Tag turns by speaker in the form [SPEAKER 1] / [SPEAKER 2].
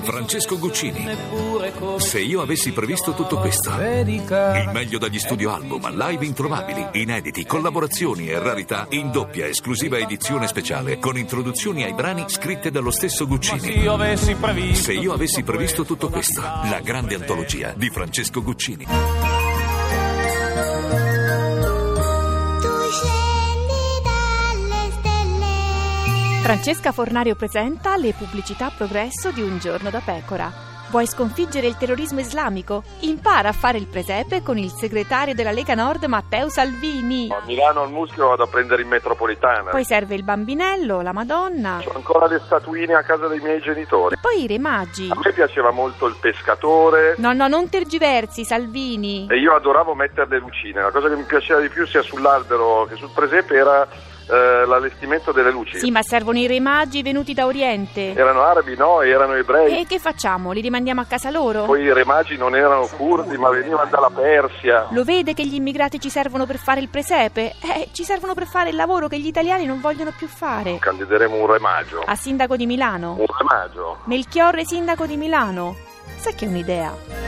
[SPEAKER 1] Francesco Guccini. Se io avessi previsto tutto questo, il meglio dagli studio album, live introvabili, inediti, collaborazioni e rarità in doppia esclusiva edizione speciale con introduzioni ai brani scritte dallo stesso Guccini. Se io avessi previsto tutto questo, la grande antologia di Francesco Guccini.
[SPEAKER 2] Tu scendi dalle stelle.
[SPEAKER 3] Francesca Fornario presenta le pubblicità progresso di Un giorno da pecora. Vuoi sconfiggere il terrorismo islamico? Impara a fare il presepe con il segretario della Lega Nord Matteo Salvini.
[SPEAKER 4] A Milano al muschio vado a prendere in metropolitana.
[SPEAKER 3] Poi serve il bambinello, la Madonna.
[SPEAKER 4] Ho ancora le statuine a casa dei miei genitori.
[SPEAKER 3] Poi i re magi.
[SPEAKER 4] A me piaceva molto il pescatore
[SPEAKER 3] No, no, non tergiversi, Salvini.
[SPEAKER 4] e io adoravo mettere le lucine. La cosa che mi piaceva di più sia sull'albero che sul presepe era eh, l'allestimento delle luci.
[SPEAKER 3] Sì, ma servono i re magi venuti da Oriente.
[SPEAKER 4] Erano arabi, no? Erano ebrei.
[SPEAKER 3] E che facciamo? Li rimandiamo a casa loro?
[SPEAKER 4] Poi i re magi non erano curdi, ma venivano dalla Persia.
[SPEAKER 3] Lo vede che gli immigrati ci servono per fare il presepe? Eh, ci servono per fare il lavoro che gli italiani non vogliono più fare.
[SPEAKER 4] Candideremo un re magio.
[SPEAKER 3] Ah. A sindaco di Milano.
[SPEAKER 4] Un re magio.
[SPEAKER 3] Melchiorre sindaco di Milano. Sai che è un'idea?